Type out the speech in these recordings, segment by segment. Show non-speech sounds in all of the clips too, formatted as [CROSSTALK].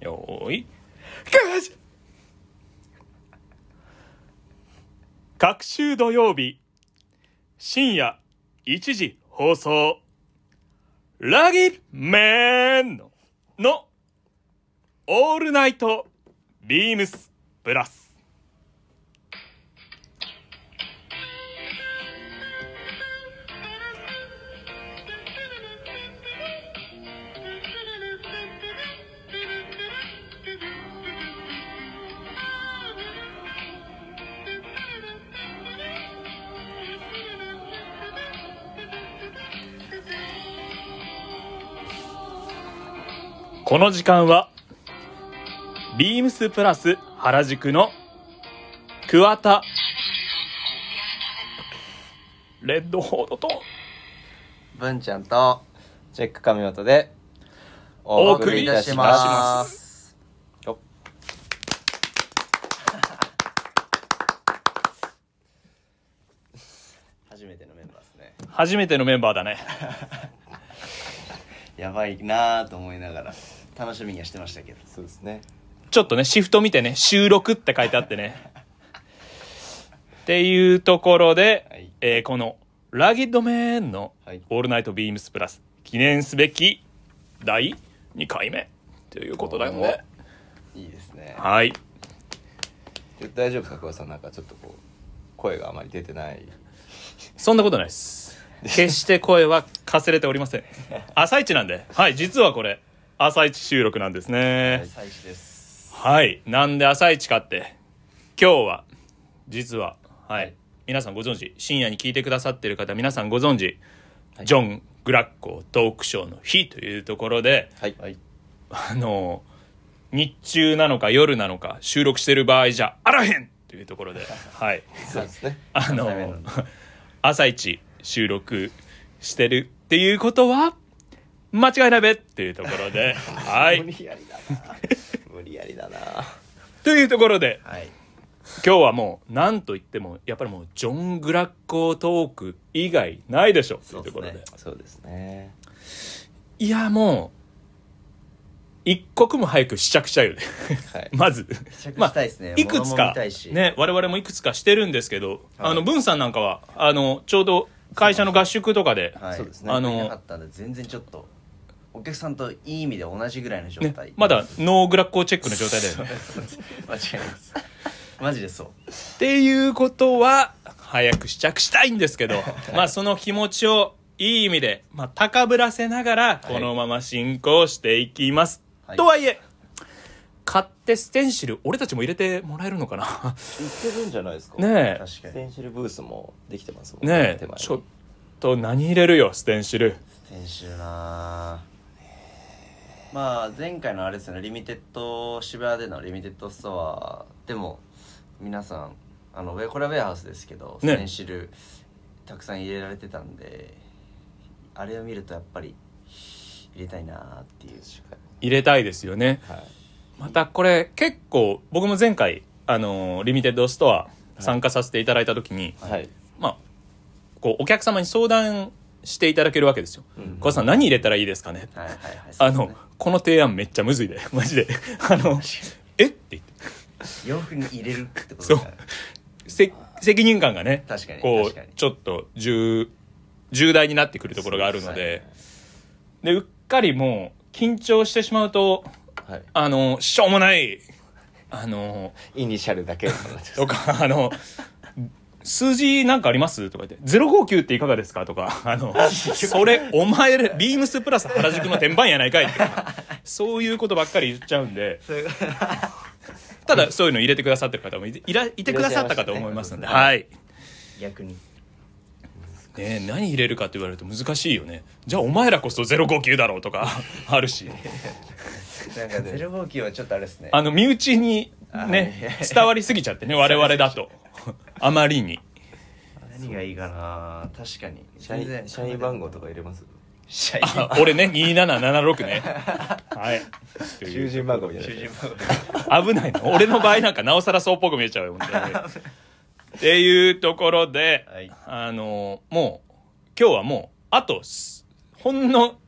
よーいガーシ各週土曜日深夜1時放送ラギメンののオールナイトビームスプラスこの時間はビームスプラス原宿の桑田レッドホードと文ちゃんとチェック神本でお送りいたしますよっ [LAUGHS] 初めてのメンバーですね初めてのメンバーだねやばいなぁと思いながら楽しみにはしてましたけどそうですねちょっとね、シフト見てね、収録って書いてあってね。っていうところで、はいえーこの、ラギッドメンのはい、オールナイトビームスプラス、記念すべき第2回目ということだよね。いいですねはい。で大丈夫ですか久保さんなんかちょっとこう声があまり出てないそんなことないです。決して声はかすれておりませ [LAUGHS] ん。朝一なんで。はい、実はこれ、朝一収録なんですね。最初ですはい。なんで朝一かって、今日は、実は、はい、はい皆さんご存知、深夜に聞いてくださってる方、皆さんご存知、ジョン・グラッコートークショーの日というところで、はいはいあの、日中なのか夜なのか収録してる場合じゃあらへんというところで、はい。そうですねあ [LAUGHS] 朝目なのん、朝一収録してるっていうことは、間違いないべっていうところで、はい無。理や [LAUGHS] りだな無理やりだなというところで、はい今日はもう何と言ってもやっぱりもうジョン・グラッコートーク以外ないでしょとそいううでとすこねろでそうですねいやもう一刻も早く試着したいよねはい [LAUGHS] まず試着ましたあいですねいくつ物も見かたいしね我々もいくつかしてるんですけど、はいあの文さんなんかはあのちょうど会社の合宿とかで、はいそうですねあのいなかったんで全然ちょっとお客さんといい意味で同じぐらいの状ね態、まだノーグラッコーチェックの状態だよね間違いないですマジでそうっていうことは早く試着したいんですけどまあその気持ちをいい意味で、まあ、高ぶらせながらこのまま進行していきます、はいとはいえ買ってステンシル俺たちも入れてもらえるのかな言ってるんじゃないですかねえ確かスにテンシルブースもできてますもんね手え前にちょっと何入れるよステンシル先週なぁまあ前回のあれですよねリミテッド渋谷でのリミテッドストアでも皆さんあのウェこれはウェアハウスですけど、ねステンシルたくさん入れられてたんであれを見るとやっぱり入れたいなぁっていう入れたいですよねはいまたこれ結構僕も前回あのーリミテッドストア参加させていただいた時に、はいまあこうお客様に相談していただけるわけですよ「小林さん何入れたらいいですかね?」はいはいはいあそうので、この提案めっちゃむずいで、マ [LAUGHS] ジで。あの、えって言って、すね洋服に入れるってことですかねせ責任感がね、確かにこ確かにう、ちょっと重、重大になってくるところがあるので、で、うっかりもう、緊張してしまうと、はいあの、しょうもない、あの、イニシャル [LAUGHS] だけの話とか、あの、数字なんかありますとか言って、059っていかがですかとか、あの、それ、お前ら、ビームスプラス原宿の天板やないかいって、そういうことばっかり言っちゃうんで、そういうただそういうの入れてくださってる方もいていらいてくださったかと思いますので、いらはい、逆にねえ、何入れるかって言われると難しいよねじゃあお前らこそ059だろうとか [LAUGHS] あるしなんか059はちょっとあれですねあの身内にあいやねいや伝わりすぎちゃってね我々だ [LAUGHS] とあまりに何がいいかなぁ確かに社員社員番号とか入れます社員あ俺ね2776ねはいという囚人番号みたいな囚人番号危ないな俺の場合なんかなおさらそうっぽく見えちゃうよ本当に [LAUGHS] っていうところで、はいあのもう今日はもうあとすほんの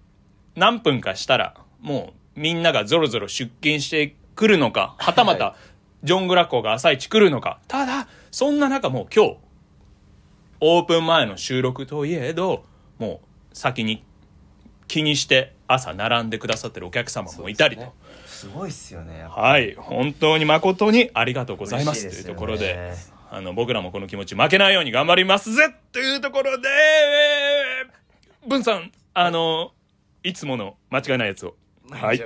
何分かしたらもうみんながぞろぞろ出勤してくるのか、はたまはた、ジョン・グラッコーが朝一来るのか、ただ、そんな中もう今日、オープン前の収録といえど、もう先に気にして朝並んでくださってるお客様もいたりと。そうですねすごいっすよねやっぱはい、本当に誠にありがとうございます嬉しいというですよとこねろで、あの僕らもこの気持ち負けないように頑張りますぜというところで、えー文さん、あの、いつもの間違いないやつを。ははいい。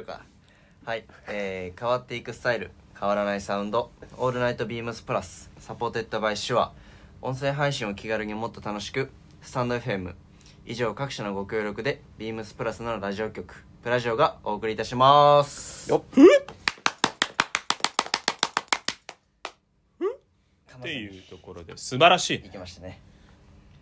はい、えー変わっていくスタイル変わらないサウンド「オールナイトビームスプラス」サポーテッドバイシュア音声配信を気軽にもっと楽しくスタンド FM 以上各社のご協力でビームスプラスのラジオ局プラジオがお送りいたしますよっっていうところで、素晴らしいいね。きましたね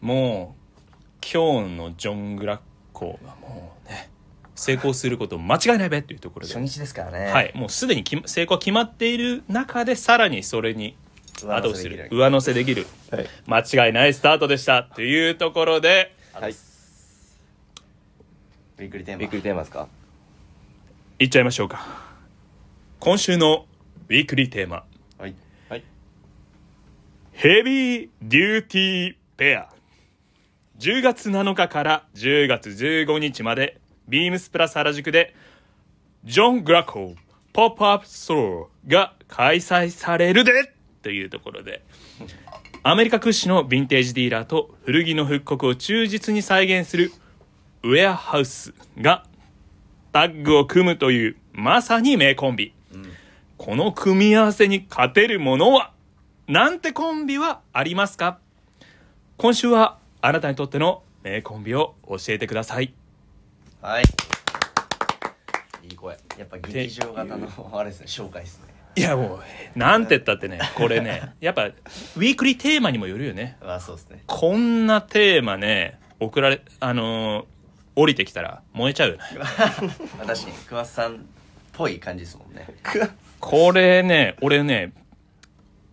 もう、今日のジョン・グラッコーがもうね、成功すること間違いないべというところで初、日ですからねはい、もうすでにき成功は決まっている中で、さらにそれに後後をすするる、上乗せできる。っはい間違いないスタートでしたというところではいびっくりテーマびっくりテーマですかいっちゃいましょうか今週のウィークリーテーマはいはいヘビーデューティーペア10月7日から10月15日までビームスプラス原宿でジョン・グラコーポップアップストアが開催されるでというところでアメリカ屈指のヴィンテージディーラーと古着の復刻を忠実に再現するウェアハウスがタッグを組むというまさに名コンビ、この組み合わせに勝てるものはなんてコンビはありますか今週はあなたにとっての名コンビを教えてくださいはいいい声やっぱ劇場型の [LAUGHS] あれですね紹介ですねいやもうなんて言ったってねこれねやっぱウィークリーテーマにもよるよねまあそうですねこんなテーマね送られあのー降りてきたら燃えちゃうよね私に桑田さんっぽい感じですもん [LAUGHS] ねこれね俺ね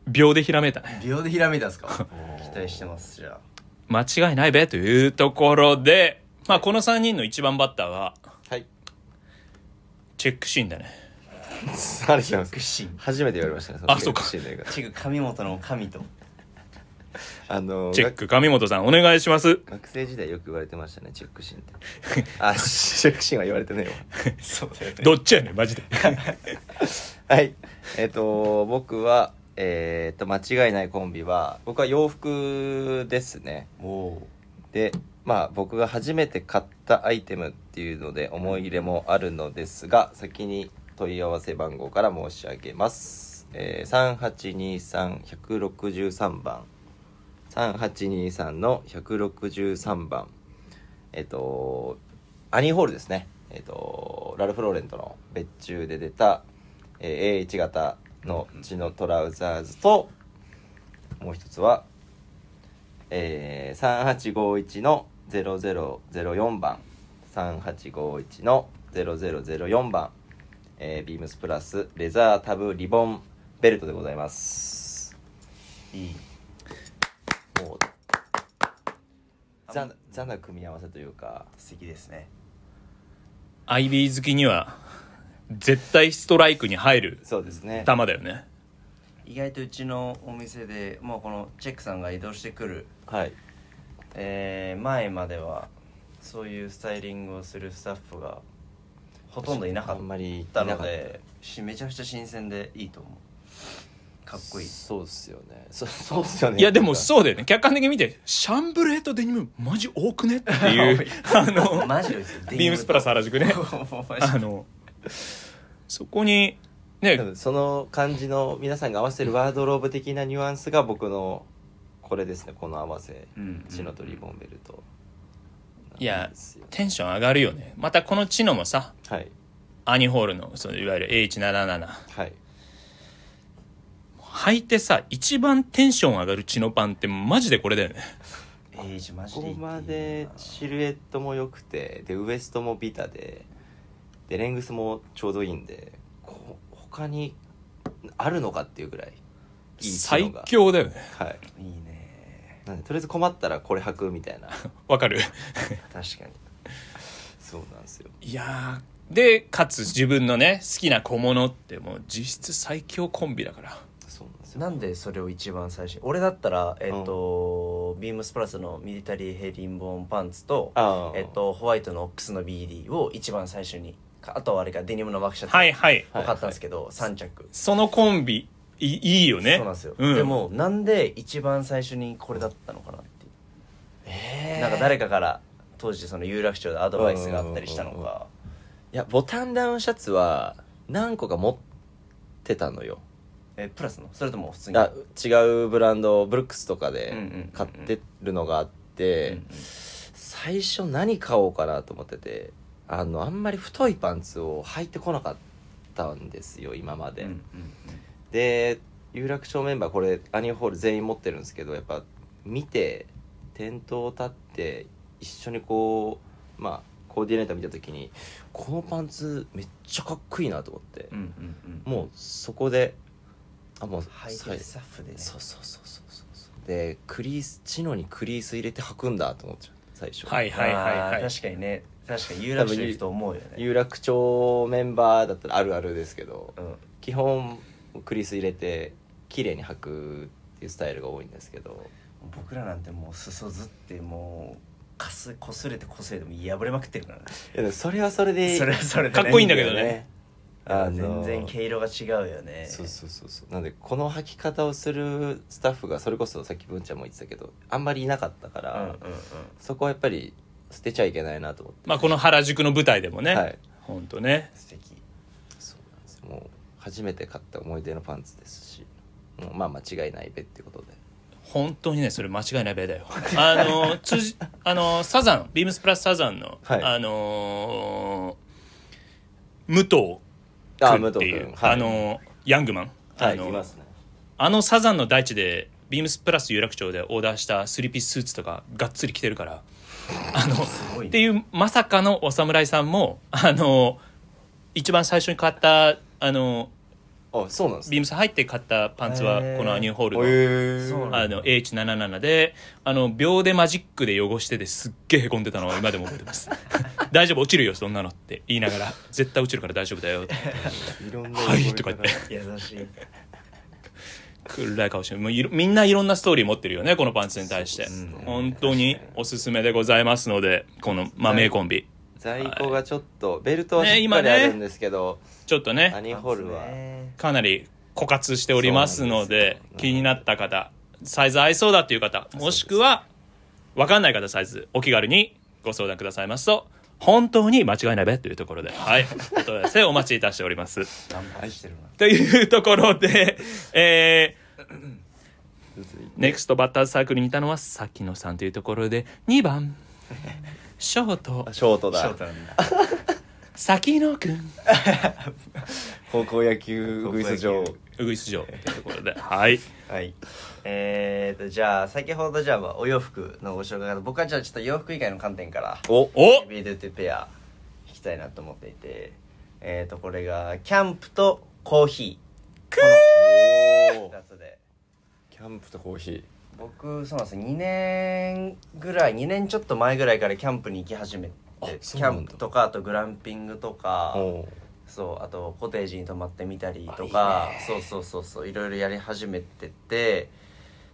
秒でひらめいたね秒でひらめいたんです [LAUGHS] か期待してますじゃあ間違いないべというところで、まあ、この3人の一番バッターははいチェックシーンだねあれ違います屈伸初めて言われましたねあそうかチェックシーンの映チェック神本の神と画あのチェック上本さんお願いします学学生時代よく言われてましたねチェックシーンってあチェックシーンは言われてねえわ [LAUGHS] そうだよねどっちやねんマジではい。えっ、と、僕は、えっ、と、間違いないコンビは、僕は洋服ですね。おおで、まあ、僕が初めて買ったアイテムっていうので、思い入れもあるのですが、先に問い合わせ番号から申し上げます。えー、3823-163番。3823の163番。えっ、と、アニーホールですね。えっ、と、ラルフ・ローレントの別注で出た、えー A1 型の血のトラウザーズと、もう一つは、えー、3851の0004番3851の0004番、えー、ビームスプラスレザータブリボンベルトでございますいいもうザザな組み合わせというか素敵ですねアイビー好きには絶対ストライクに入るそうですね球だよね意外とうちのお店でもうこのチェックさんが移動してくる、はいえー前まではそういうスタイリングをするスタッフがほとんどいなかあんまっりいたなのかっでしめちゃくちゃ新鮮でいいと思うかっこいいそうっすよねそそうっすよねいやでもうそうだよね客観的に見てシャンブレーとデニムマジ多くねっていうあのマジですよデニムとビームスプラス原宿 [LAUGHS] ねマジあのそこにねその感じの皆さんが合わせてるワードローブ的なニュアンスが僕のこれですねこの合わせうんチノとリボンベルトいやですよテンション上がるよねまたこのチノもさはいアニホールのそのいわゆる H77 はい履いてさ一番テンション上がるチノパンってマジでこれだよねえーじゃあマジこでいいこっていうまでシルエットも良くてでウエストもビタででレングスもちょうどいいんでこ他にあるのかっていうぐらいいいチノ最が強だよねはいいいねなんでとりあえず困ったらこれ [LAUGHS] 履くみたいなわかる確かにそうなんですよいやでかつ自分のね好きな小物ってもう実質最強コンビだからそうなんですよなんでそれを一番最初に俺だったらえっ、と、ビームスプラスのミリタリーヘリンボーンパンツとあーえっとホワイトのオックスの BD を一番最初にかあとはあれかデニムのワークシャツはいをはいはい買ったんですけど、三着そのコンビいいいよねそうなんですよ、うんでもなんで一番最初にこれだったのかなっていうえーなんか誰かから当時その有楽町でアドバイスがあったりしたのうんうんうんかいやボタンダウンシャツは何個か持ってたのよえプラスのそれとも普通にあ違うブランドブルックスとかうんうんうんうんで買ってるのがあって、うんうん最初何買おうかなと思っててあのあんまり太いパンツを履いてこなかったんですよ今まで、うんうんで有楽町メンバーこれアニーホール全員持ってるんですけどやっぱ見て店頭立って一緒にこうまあコーディネーター見た時にこのパンツめっちゃかっこいいなと思ってう、んうんうんもうそこであもうハイさテクスタッフでねそうそうそうそうそうそうでクリースチノにクリース入れて履くんだと思っちゃう最初はいはいはいあはーい確かにね確かに有楽町行くと思うよね有楽町メンバーだったらあるあるですけどうん基本クリース入れて綺麗に履くっていうスタイルが多いんですけど僕らなんてもう裾ずってもうかすこすれてこすれても破れまくってるからねいやでもそれはそれでそれはそれで、かっこいいんだけどねあ全の然毛色が違うよねそうそうそうそうなんでこの履き方をするスタッフがそれこそさっき文ちゃんも言ってたけどあんまりいなかったかうんら、うんうんそこはやっぱり捨てちゃいけないなと思って、まあこの原宿の舞台でもね、はいほんとね素敵そうなんですよもう初めて買った思い出のパンツですしもうまあ間違いないべってことで本当にねそれ間違いないべだよ [LAUGHS] あの辻あのサザンビームスプラスサザンの、はいあのー武藤あ君っていう武藤君はいあのーヤングマン、はいあのいますねあのサザンの大地でビームスプラス有楽町でオーダーしたスリーピーススーツとかがっつり着てるから [LAUGHS] あのすごっいねていうまさかのお侍さんもあの一番最初に買ったあのあそうなんですビーねムス入って買ったパンツはへーこのアニューホールのへそうなんだあの H77 であの秒でマジックで汚しててすっげえへこんでたのを今でも覚えてます [LAUGHS] 大丈夫落ちるよそんなのって言いながら絶対落ちるから大丈夫だよっていろんなはいとか言って優しい暗い顔してもういろみんないろんなストーリー持ってるよねこのパンツに対して、そうですね本当におすすめでございますのでこのまあ名コンビ在庫がちょっとベルトはしっかりね今ねあるんですけど、ちょっとアねニホールはかなり枯渇しておりますのそうなんでですよ気になった方サイズ合いそうだっていう方もしくは分かんない方サイズお気軽にご相談くださいますと本当に間違いないべというところで [LAUGHS] はいお問い合わせお待ちいたしております頑張してるなというところでえー別にネクストバッターズサークルにいたのはさっきのさんというところで2番 [LAUGHS] ショートあショート翔だ太なんだ先野くん高校野球グイス場高校野球ウグイス城というところではいはいえー、とじゃあ先ほどじゃあお洋服のご紹介から僕はじゃあちょっと洋服以外の観点からおおビードゥトゥペア弾きたいなと思っていてえー、とこれがキャンプとコーヒー2つでキャンプとコーヒ僕そうなんですよ2年ぐらい2年ちょっと前ぐらいからキャンプに行き始めてあキそうャなんだンプとかあとグランピングとかーおそうあとコテージに泊まってみたりとかあいいねそうそうそうそういろいろやり始めてて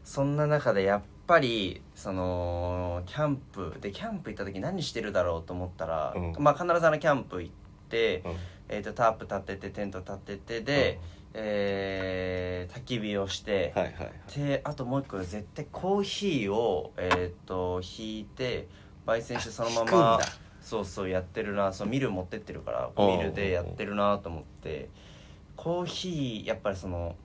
そんな中でやっぱりそのキャンプでキャンプ行った時何してるだろうと思ったら、うんまあ必ずあのキャンプ行って、うんえー、とタープ立ててテント立ててで、えー焚き火をして、はいはいはいであともう一個絶対コーヒーをえっ、と引いて焙煎してそのま引くんまだそうそうやってるなそうミル持ってってるからおうおうおうミルでやってるなと思ってコーヒーやっぱりその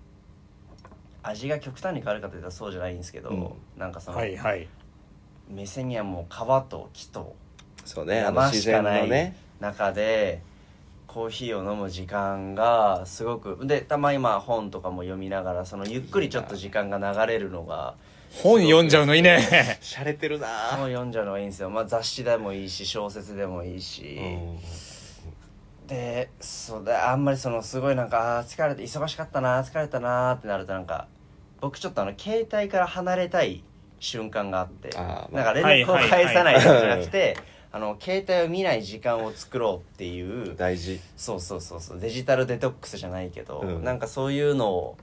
味が極端に変わるかといったらそうじゃないんですけど、うなんかその、はい目線にはもう川と木とそうねあの山自し然かのないね中でコーヒーを飲む時間がすごくでたまにまあ本とかも読みながらそのゆっくりちょっと時間が流れるのが本読んじゃうのいいね洒落てるな本ー読んじゃうのがいいんですよ、まあ、雑誌でもいいし小説でもいいし、うんでそうだあんまりそのすごいなんかあー疲れて忙しかったな疲れたなってなるとなんか僕ちょっとあの携帯から離れたい瞬間があってあーまあなんか連絡を返さないとかじゃなくて、ああの携帯を見ない時間を作ろうっていう大事そうそうそうそうデジタルデトックスじゃないけど、うんなんかそういうのを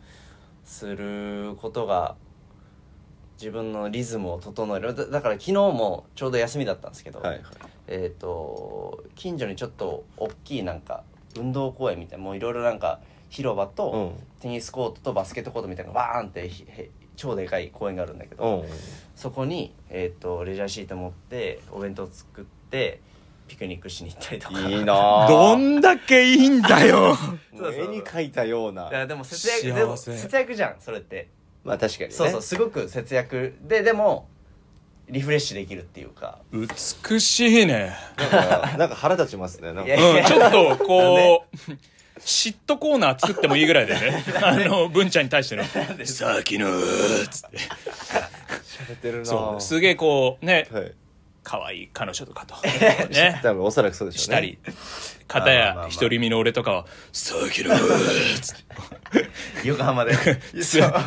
することが自分のリズムを整えるだだから昨日もちょうど休みだったんですけど、はいはいえっ、と近所にちょっと大きいなんか運動公園みたいなもういろいろなんか広場うとんテニスコートとバスケットコートみたいなのがバーンってひへ超でかい公園があるんだけど、うんそこに、えー、とレジャーシート持ってお弁当作ってピクニックしに行ったりとかいいなあどんだけいいんだよもう絵に描いたよういやなでも節幸約せでも節約じゃんそれってまあ確かにねそうそうすごく節約ででもリフレッシュできるってい [LAUGHS] うか美しいねなんかなんか腹立ちますねなんいかやうんちょっとこう嫉妬コーナー作ってもいいぐらいで [LAUGHS] ねあの文ちゃんに対しての「さっきの」つって喋ってるなそあうすげえこうねはい可愛い彼女と [LAUGHS] かとね多分おそらくそうでしょしうねたり片まあまあまやあ独り身の俺とかは「さっきの」つって横浜でつ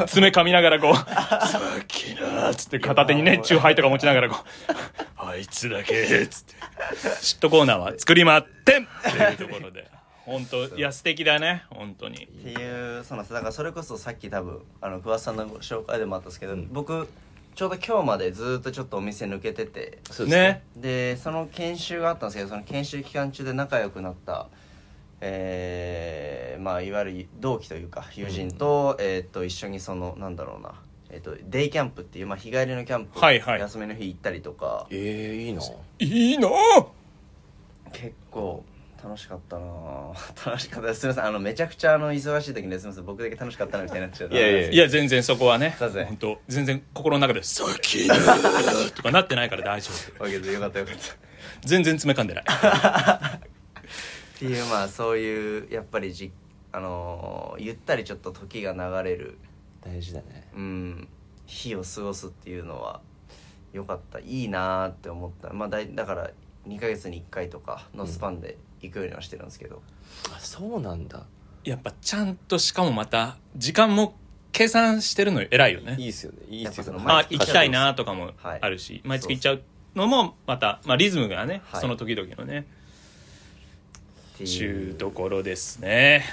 爪噛みながらこう「さっきな」っつって片手にねチューハイとか持ちながらこう「あいつだけ」っつって嫉妬コーナーは作りまってんっていうところで本当いや素敵だね本当にっていうそうなんですだからそれこそさっき多分あの桑田さんのご紹介でもあったんですけど、うん僕ちょうど今日までずっとちょっとお店抜けててそうですねでその研修があったんですけどその研修期間中で仲良くなったえーまあいわゆる同期というか友人と,、えー、と一緒にそのなんだろうな、えー、とデイキャンプっていう、まあ、日帰りのキャンプ、はいはい休みの日行ったりとかええいいないいな結構楽しかったなぁ [LAUGHS] 楽しかったですすみませんあのめちゃくちゃあの忙しい時にですみません僕だけ楽しかったなみたいになっちゃういやいやいや全然そこはねだぜ本当全然心の中で「さっきな」とかなってないから大丈夫わけでよかったよかった全然爪噛んでないっていうまあそういうやっぱりじあのーゆったりちょっと時が流れる、大事だねうん、日を過ごすっていうのは良かったいいなーって思ったまあだいだから2ヶ月に1回とかのスパンで行くようにはしてるんですけど、あそうなんだやっぱちゃんとしかもまた時間も計算してるの偉いよねいいっすよねいいっすよやっぱそのあ毎行きたいなとかもはいあるし、毎月行っちゃうのもまた、まあ、リズムがね、はいその時々のねってちいゅううところですね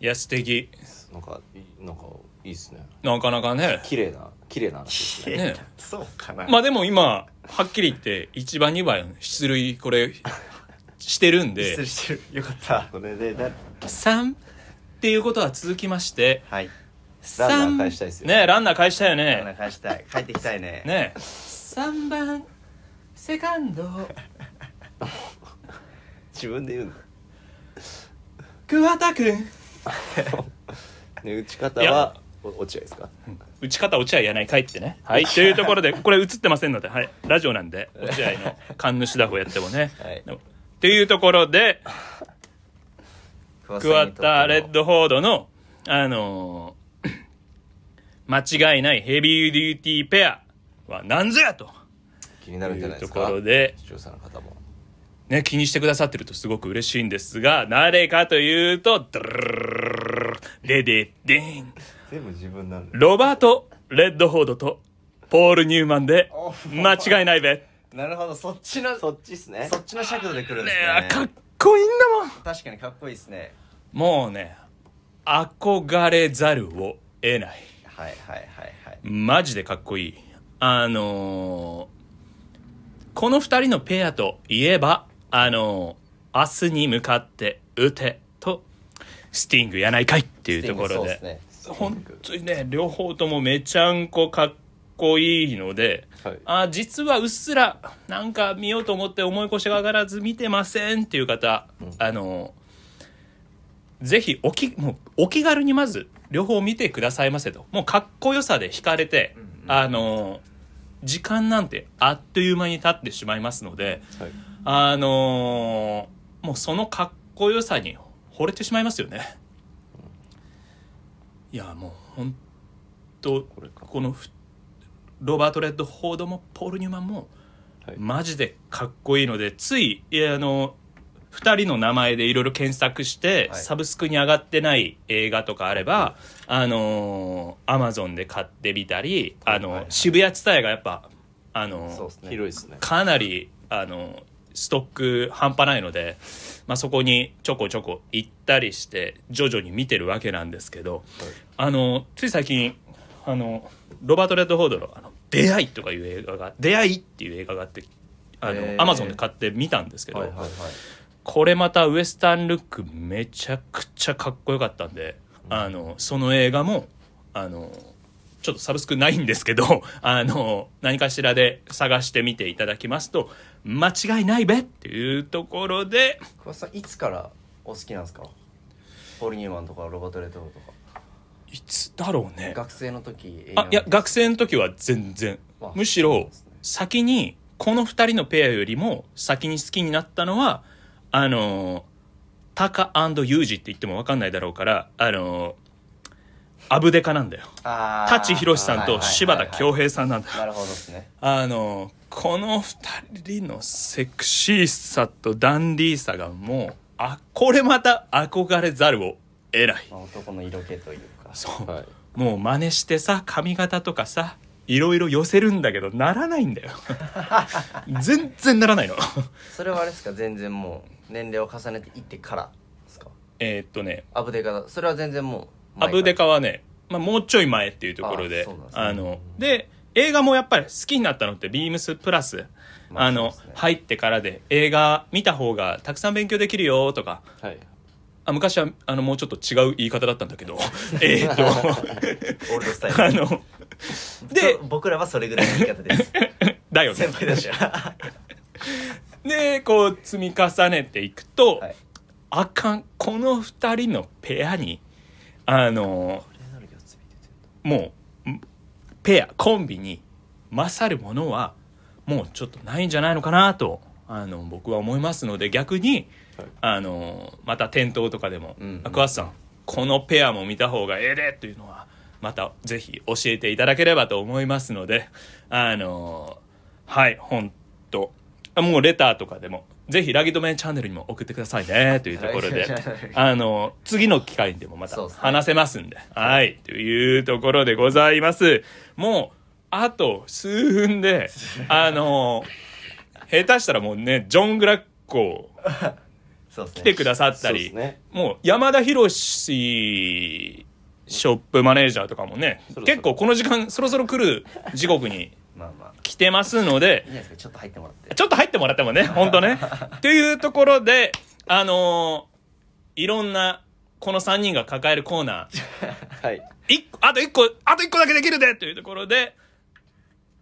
いや素敵なんかいなんかいいっすねなかなかね綺麗な綺麗な話 [LAUGHS] ですねねそうかなまあでも今はっきり言って1番2番出塁これしてるん [LAUGHS] 失礼でしてるよかったこれでな3っていうことは続きましてはいランナー三返したいっすよねランナー返したよお腹ね返したい帰ってきたいねね3番セカンド自分で言うの桑田君ね打ち方いはやお落合ですか打ち方落合やないかいってね。ははいい。というところで、これ映ってませんので、はい。ラジオなんで、落合の神主打法やってもね。はいっていうところで、桑桑田田レッドフォードの、あのー間違いないヘビーデューティーペアは何ぞやと。気になるんじゃないですとかいうところで視聴者の方もね、気にしてくださってるとすごく嬉しいんですが、誰かというと、ドゥルルルルルレデデーン。全部自分なんでロバート・レッドフォードとポール・ニューマンで、間違いないべ。なるほどそっちのそそっちっすねっちの尺度で来るんでねすえねかっこいいんだもん。確かにかっこいいですねもうね、憧れざるを得ない。はいはいはいはいマジでかっこいい。あのーこの二人のペアといえば、あのー明日に向かって打てと、スティングやないかいっていうところスティンでグ。そうっすね本当にね、両方ともめちゃんこかっこいいので、はいあ実はうっすらなんか見ようと思って思い越しが上がらず見てませんっていう方、あのぜひおきもうお気軽にまず両方見てくださいませともうかっこよさで惹かれて、あの時間なんてあっという間に経ってしまいますのではいあのもうそのかっこよさに惚れてしまいますよね。いやもう本当これかこのふロバート・レッド・フォードもポール・ニューマンもはいマジでかっこいいのでついいやあの2人の名前でいろいろ検索して、はいサブスクに上がってない映画とかあれば、あのアマゾンで買ってみたり、あのはいはい渋谷ツタヤがやっぱあのそうですね広いっすねかなりあのストック半端ないので、まあ、そこにちょこちょこ行ったりして徐々に見てるわけなんですけど、あのつい最近あのロバート・レッドフォードの「あの出会い」とかいう映画が「出会い」っていう映画があってあへのーアマゾンで買って見たんですけど、はいはいはいこれまたウエスタンルックめちゃくちゃかっこよかったんで、あのその映画もあのちょっとサブスクないんですけど [LAUGHS] あの何かしらで探してみていただきますと間違いないべっていうところで久保さんいつからお好きなんですかポール・ニューマンとかロバート・レッドフォードとかいつだろうね学生の時映画あいや学生の時は全然あむしそうなんろですね先にこの2人のペアよりも先に好きになったのはあのータカユージって言っても分かんないだろうからあのーアブデカなんだよあー舘ひろしさんと柴田恭平さんなんだなるほどですねあのーこの2人のセクシーさとダンディーさがもうあこれまた憧れざるを得ないまあ、男の色気というかそうはいもう真似してさ髪型とかさいろいろ寄せるんだけどならないんだ [LAUGHS] よ全然ならないのそれはあれですか全然もう年齢を重ねていってからですかえーっとねアブデカだそれは全然もうアブデカカはね、まあ、もうちょい前っていうところあでそうなんですねあので映画もやっぱり好きになったのってビームスプラスまああのそうですね入ってからで映画見た方がたくさん勉強できるよとかはいあ昔はあのもうちょっと違う言い方だったんだけど [LAUGHS] えーっとオールドスタあイルのでで僕らはそれぐらいの言い方です [LAUGHS] だよね先輩だしは [LAUGHS] でこう積み重ねていくと、いあかんこの2人のペアにあのもうんペアコンビに勝るものはもうちょっとないんじゃないのかなとあの僕は思いますので逆に、はいあのまた店頭とかでもうん「アクアスさんこのペアも見た方がええで」というのはまたぜひ教えていただければと思いますのであのはい本当もうレターとかでもぜひラギ止めチャンネルにも送ってくださいねというところでラギ止めチャンネルあの次の機会にでもまたそうですね話せますんで。はい。というところでございます。もう、あと数分 [LAUGHS] で、あの、下手したらもうね、ジョン・グラッコそうですね来てくださったそうでり、すねもう山田博士ショップマネージャーとかもねそろそ、ろ結構この時間そろそろ来る時刻にまあまあ来てますのでいい、んじゃないですかちょっと入ってもらってちょっと入ってもらってもね、ほんとね。というところで、あのいろんな、この3人が抱えるコーナー、はい一個あと一個あと一個だけできるでというところで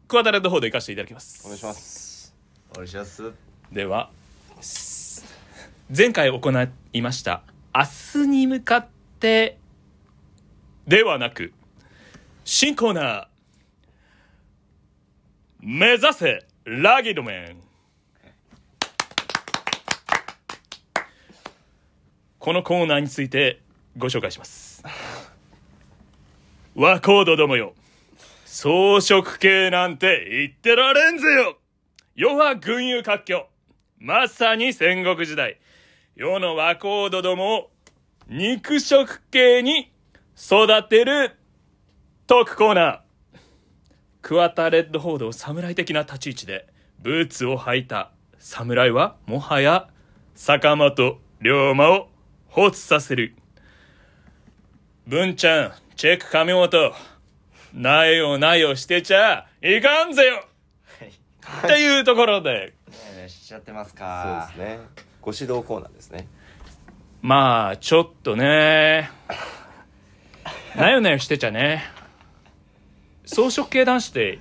クワタレッドフォード行かせていただきますお願いしますお願いしますではす前回行いました明日に向かってではなく新コーナー目指せラギドメンこのコーナーについてご紹介します和コードどもよ草食系なんて言ってられんぜよ世は群雄割拠。まさに戦国時代。世の和光度どもを肉食系に育てるトークコーナー。桑田レッドフォードを侍的な立ち位置で、ブーツを履いた侍はもはや坂本龍馬を放つさせる。文ちゃん、チェック神本。ないよないよしてちゃいかんぜよはいっていうところで、ねえしちゃってますそうかですねご指導コーナーですねまあ、ちょっとね。なよなよしてちゃね。草食系男子って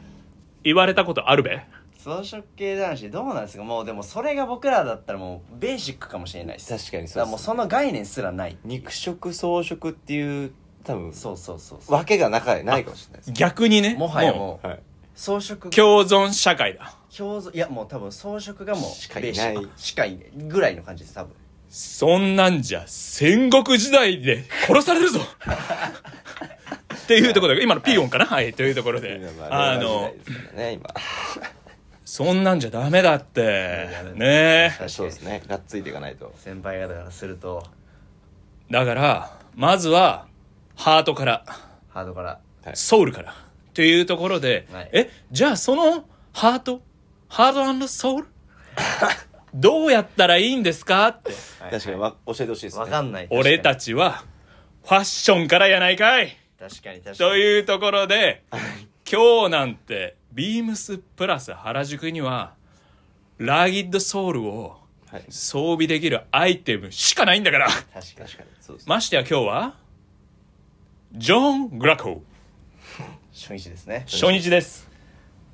言われたことあるべ草食系男子どうなんですかもうでもそれが僕らだったらもうベーシックかもしれないです確かにだかそうらでもうすその概念すらない肉食草食っていう多分そうそうそうそうわけがなかないかもしれないです逆にね。もはやもうはい草食共存社会だ。共存いやもう多分草食がもしうかいベないーシックしかいないぐらいの感じです多分そんなんじゃ戦国時代で殺されるぞっていうところで、今のピーヨンかなはい、というところで今。まああの令和時代、ですからね今そんなんじゃダメだって。ね確かそうにですねがっついていかないと先輩方からするとだから、まずは、ハートから。ハードからソウルからというところで、はいえじゃあそのハートハートソウルどうやったらいいんですかって確かにわ教えてほしいですねわかんない俺たちはファッションからやないかい確かに確かとにいうところで今日なんてビームスプラス原宿にはラーギッドソールをはい装備できるアイテムしかないんだから確かに確かにそうですねましてや今日はジョン・グラコ初日ですね初日です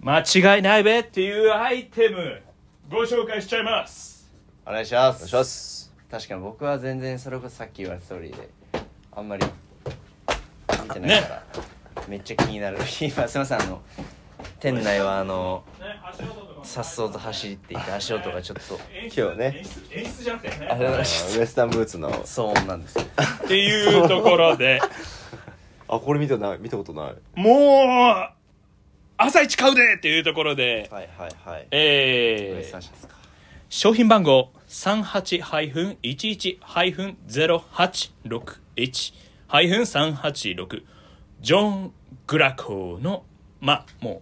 間違いないべっていうアイテムご紹介しちゃいますお願いしまおす願いします確かに僕は全然それこそさっき言われた通りであんまり見てないから、めっちゃ気になる今すいませんあの店内はあのさっそうと走っていて足音がちょっと今日ね演出じゃなくてあれあらのウエしいスタンブーツの騒音なんですよっていうところであこれ見たない見たことないもう朝一買うでっていうところで、はいはいはいえー三社ですか商品番号38-11-0861-386ジョン・グラコーのまあも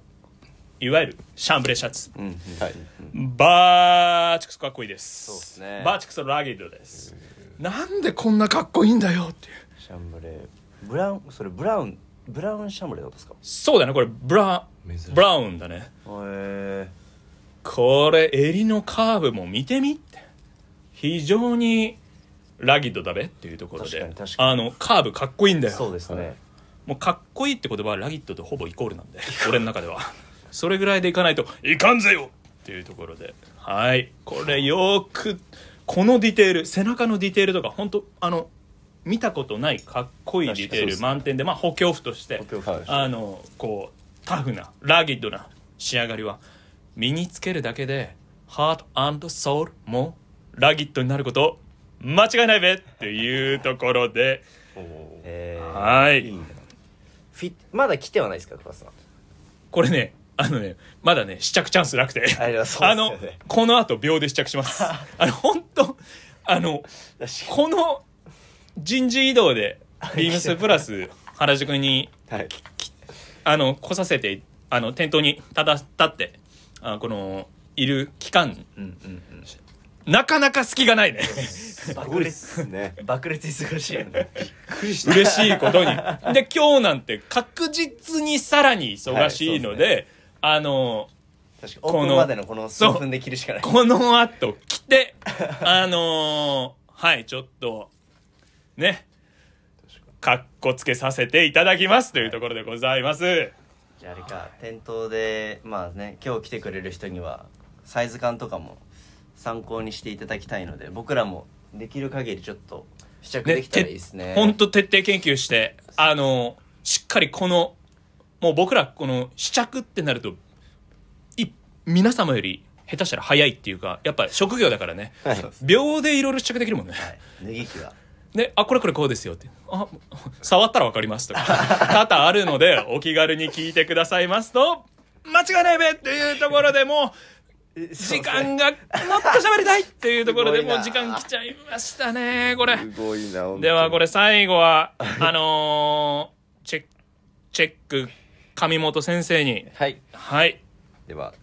ういわゆるシャンブレシャツうんうんはいバーチクソかっこいいですそうっすねバーチクソラゲッドですなんでこんなかっこいいんだよっていうシャンブレーブラウンそれブラウンブラウンシャンブレーってことですかそうだねこれブラ珍しいブラウンだねへえこれ襟のカーブも見てみって非常にラギッドだべっていうところで確かに確かにあのカーブかっこいいんだよそうですね、もうかっこいいって言葉はラギッドとほぼイコールなんで [LAUGHS] 俺の中ではそれぐらいでいかないといかんぜよっていうところではいこれよくこのディテール背中のディテールとか本当あの見たことないかっこいいディテ確かにそうーでルす満点でまあ補強服として補強服としてあのこうタフなラギッドな仕上がりは身につけるだけでハートソウルもラギッドになること間違いないべっていうところでえーはいいいねフィッまだ来てはないですか桑田さんこれね、あのね、まだね、試着チャンスなくて。あれはそうあっすよのね、この後秒で試着し [LAUGHS] ます。あの、本当あの、この人事異動で、ビームスプラス原宿に、はいあの、来させて、あの、店頭にただ立って、あこの、いる期間、うんうんうんなかなか隙が [LAUGHS] ないね。爆裂すね爆裂忙しいよね嬉しいことに。で、今日なんて確実にさらに忙しいので、はいあの、確かこにのオープンまでのこの数そう分で切るしかないこの後来て、あのーはい、ちょっと、ね、かっこつけさせていただきますというところでございます。じゃああれか店頭でまあね今日来てくれる人にはサイズ感とかも参考にしていただきたいので僕らもできる限りちょっと試着できたらいいですねほんと徹底研究して、あのーしっかりこの、もう僕らこの試着ってなると、い、皆様より下手したら早いっていうか、やっぱ職業だからね、 [LAUGHS] はい秒でいろいろ試着できるもんね。はい脱ぎ着はで、あ、これこれこうですよって。あ、触ったらわかりますとか。 [LAUGHS] 多々あるので、お気軽に聞いてくださいますと、間違いないべっていうところでもう、時間がもっと喋りたいっていうところでもう時すごい間な来ちゃいましたね、これ。すごいな本当にではこれ最後は、あのーチェック、チェック、上本先生に、はいはい、では、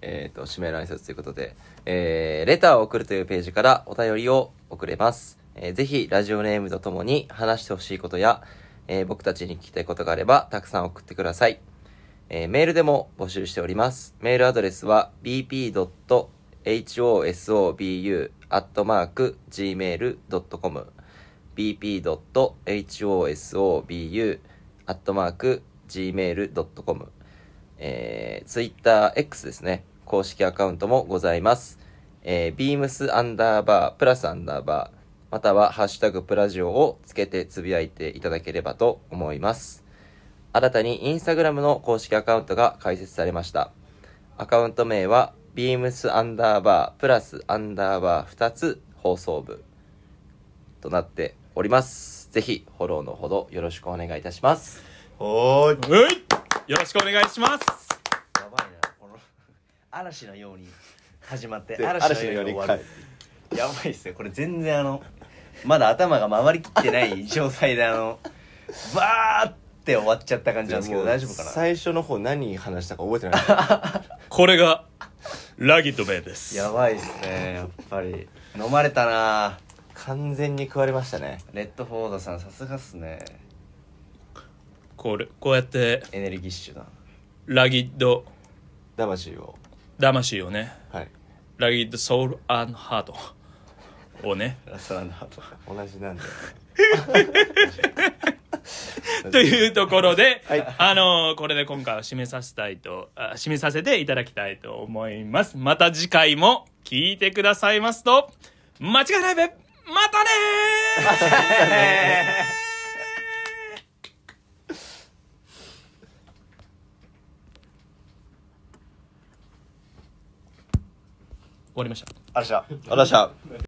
えー、と指名の挨拶ということで、えーレターを送るというページからお便りを送れます、えーぜひラジオネームとともに話してほしいことや、えー僕たちに聞きたいことがあればたくさん送ってください、えーメールでも募集しておりますメールアドレスは bp.hosobu.gmail.com bp.hosobu.gmail.com えー、TwitterX ですね。公式アカウントもございます。えー、beams アンダーバー、プラスアンダーバー、またはハッシュタグプラジオをつけてつぶやいていただければと思います。新たに Instagram の公式アカウントが開設されました。アカウント名は beams アンダーバー、プラスアンダーバー2つ放送部となっております。ぜひフォローのほどよろしくお願いいたします。おーいういよろしくお願いします。やばいなこの嵐のように始まってで嵐のように終わるやばいっすよこれ全然あのまだ頭が回りきってない状態であのバーって終わっちゃった感じなんですけど大丈夫かな [LAUGHS] 最初の方何話したか覚えてないこれがラギットベイですやばいっすねやっぱり飲まれたな完全に食われましたねレッドフォードさんさすがっすねこれこうやってエネルギッシュなラギッド魂を魂をねはいラギッドソウルアンドハートをねラストランダーと同 [LAUGHS] じなんでというところで、はいあのーこれで今回は締めさせたいとあ締めさせていただきたいと思いますまた次回も聞いてくださいますと間違いないべまたねー終わりましたあれじゃあらっしゃ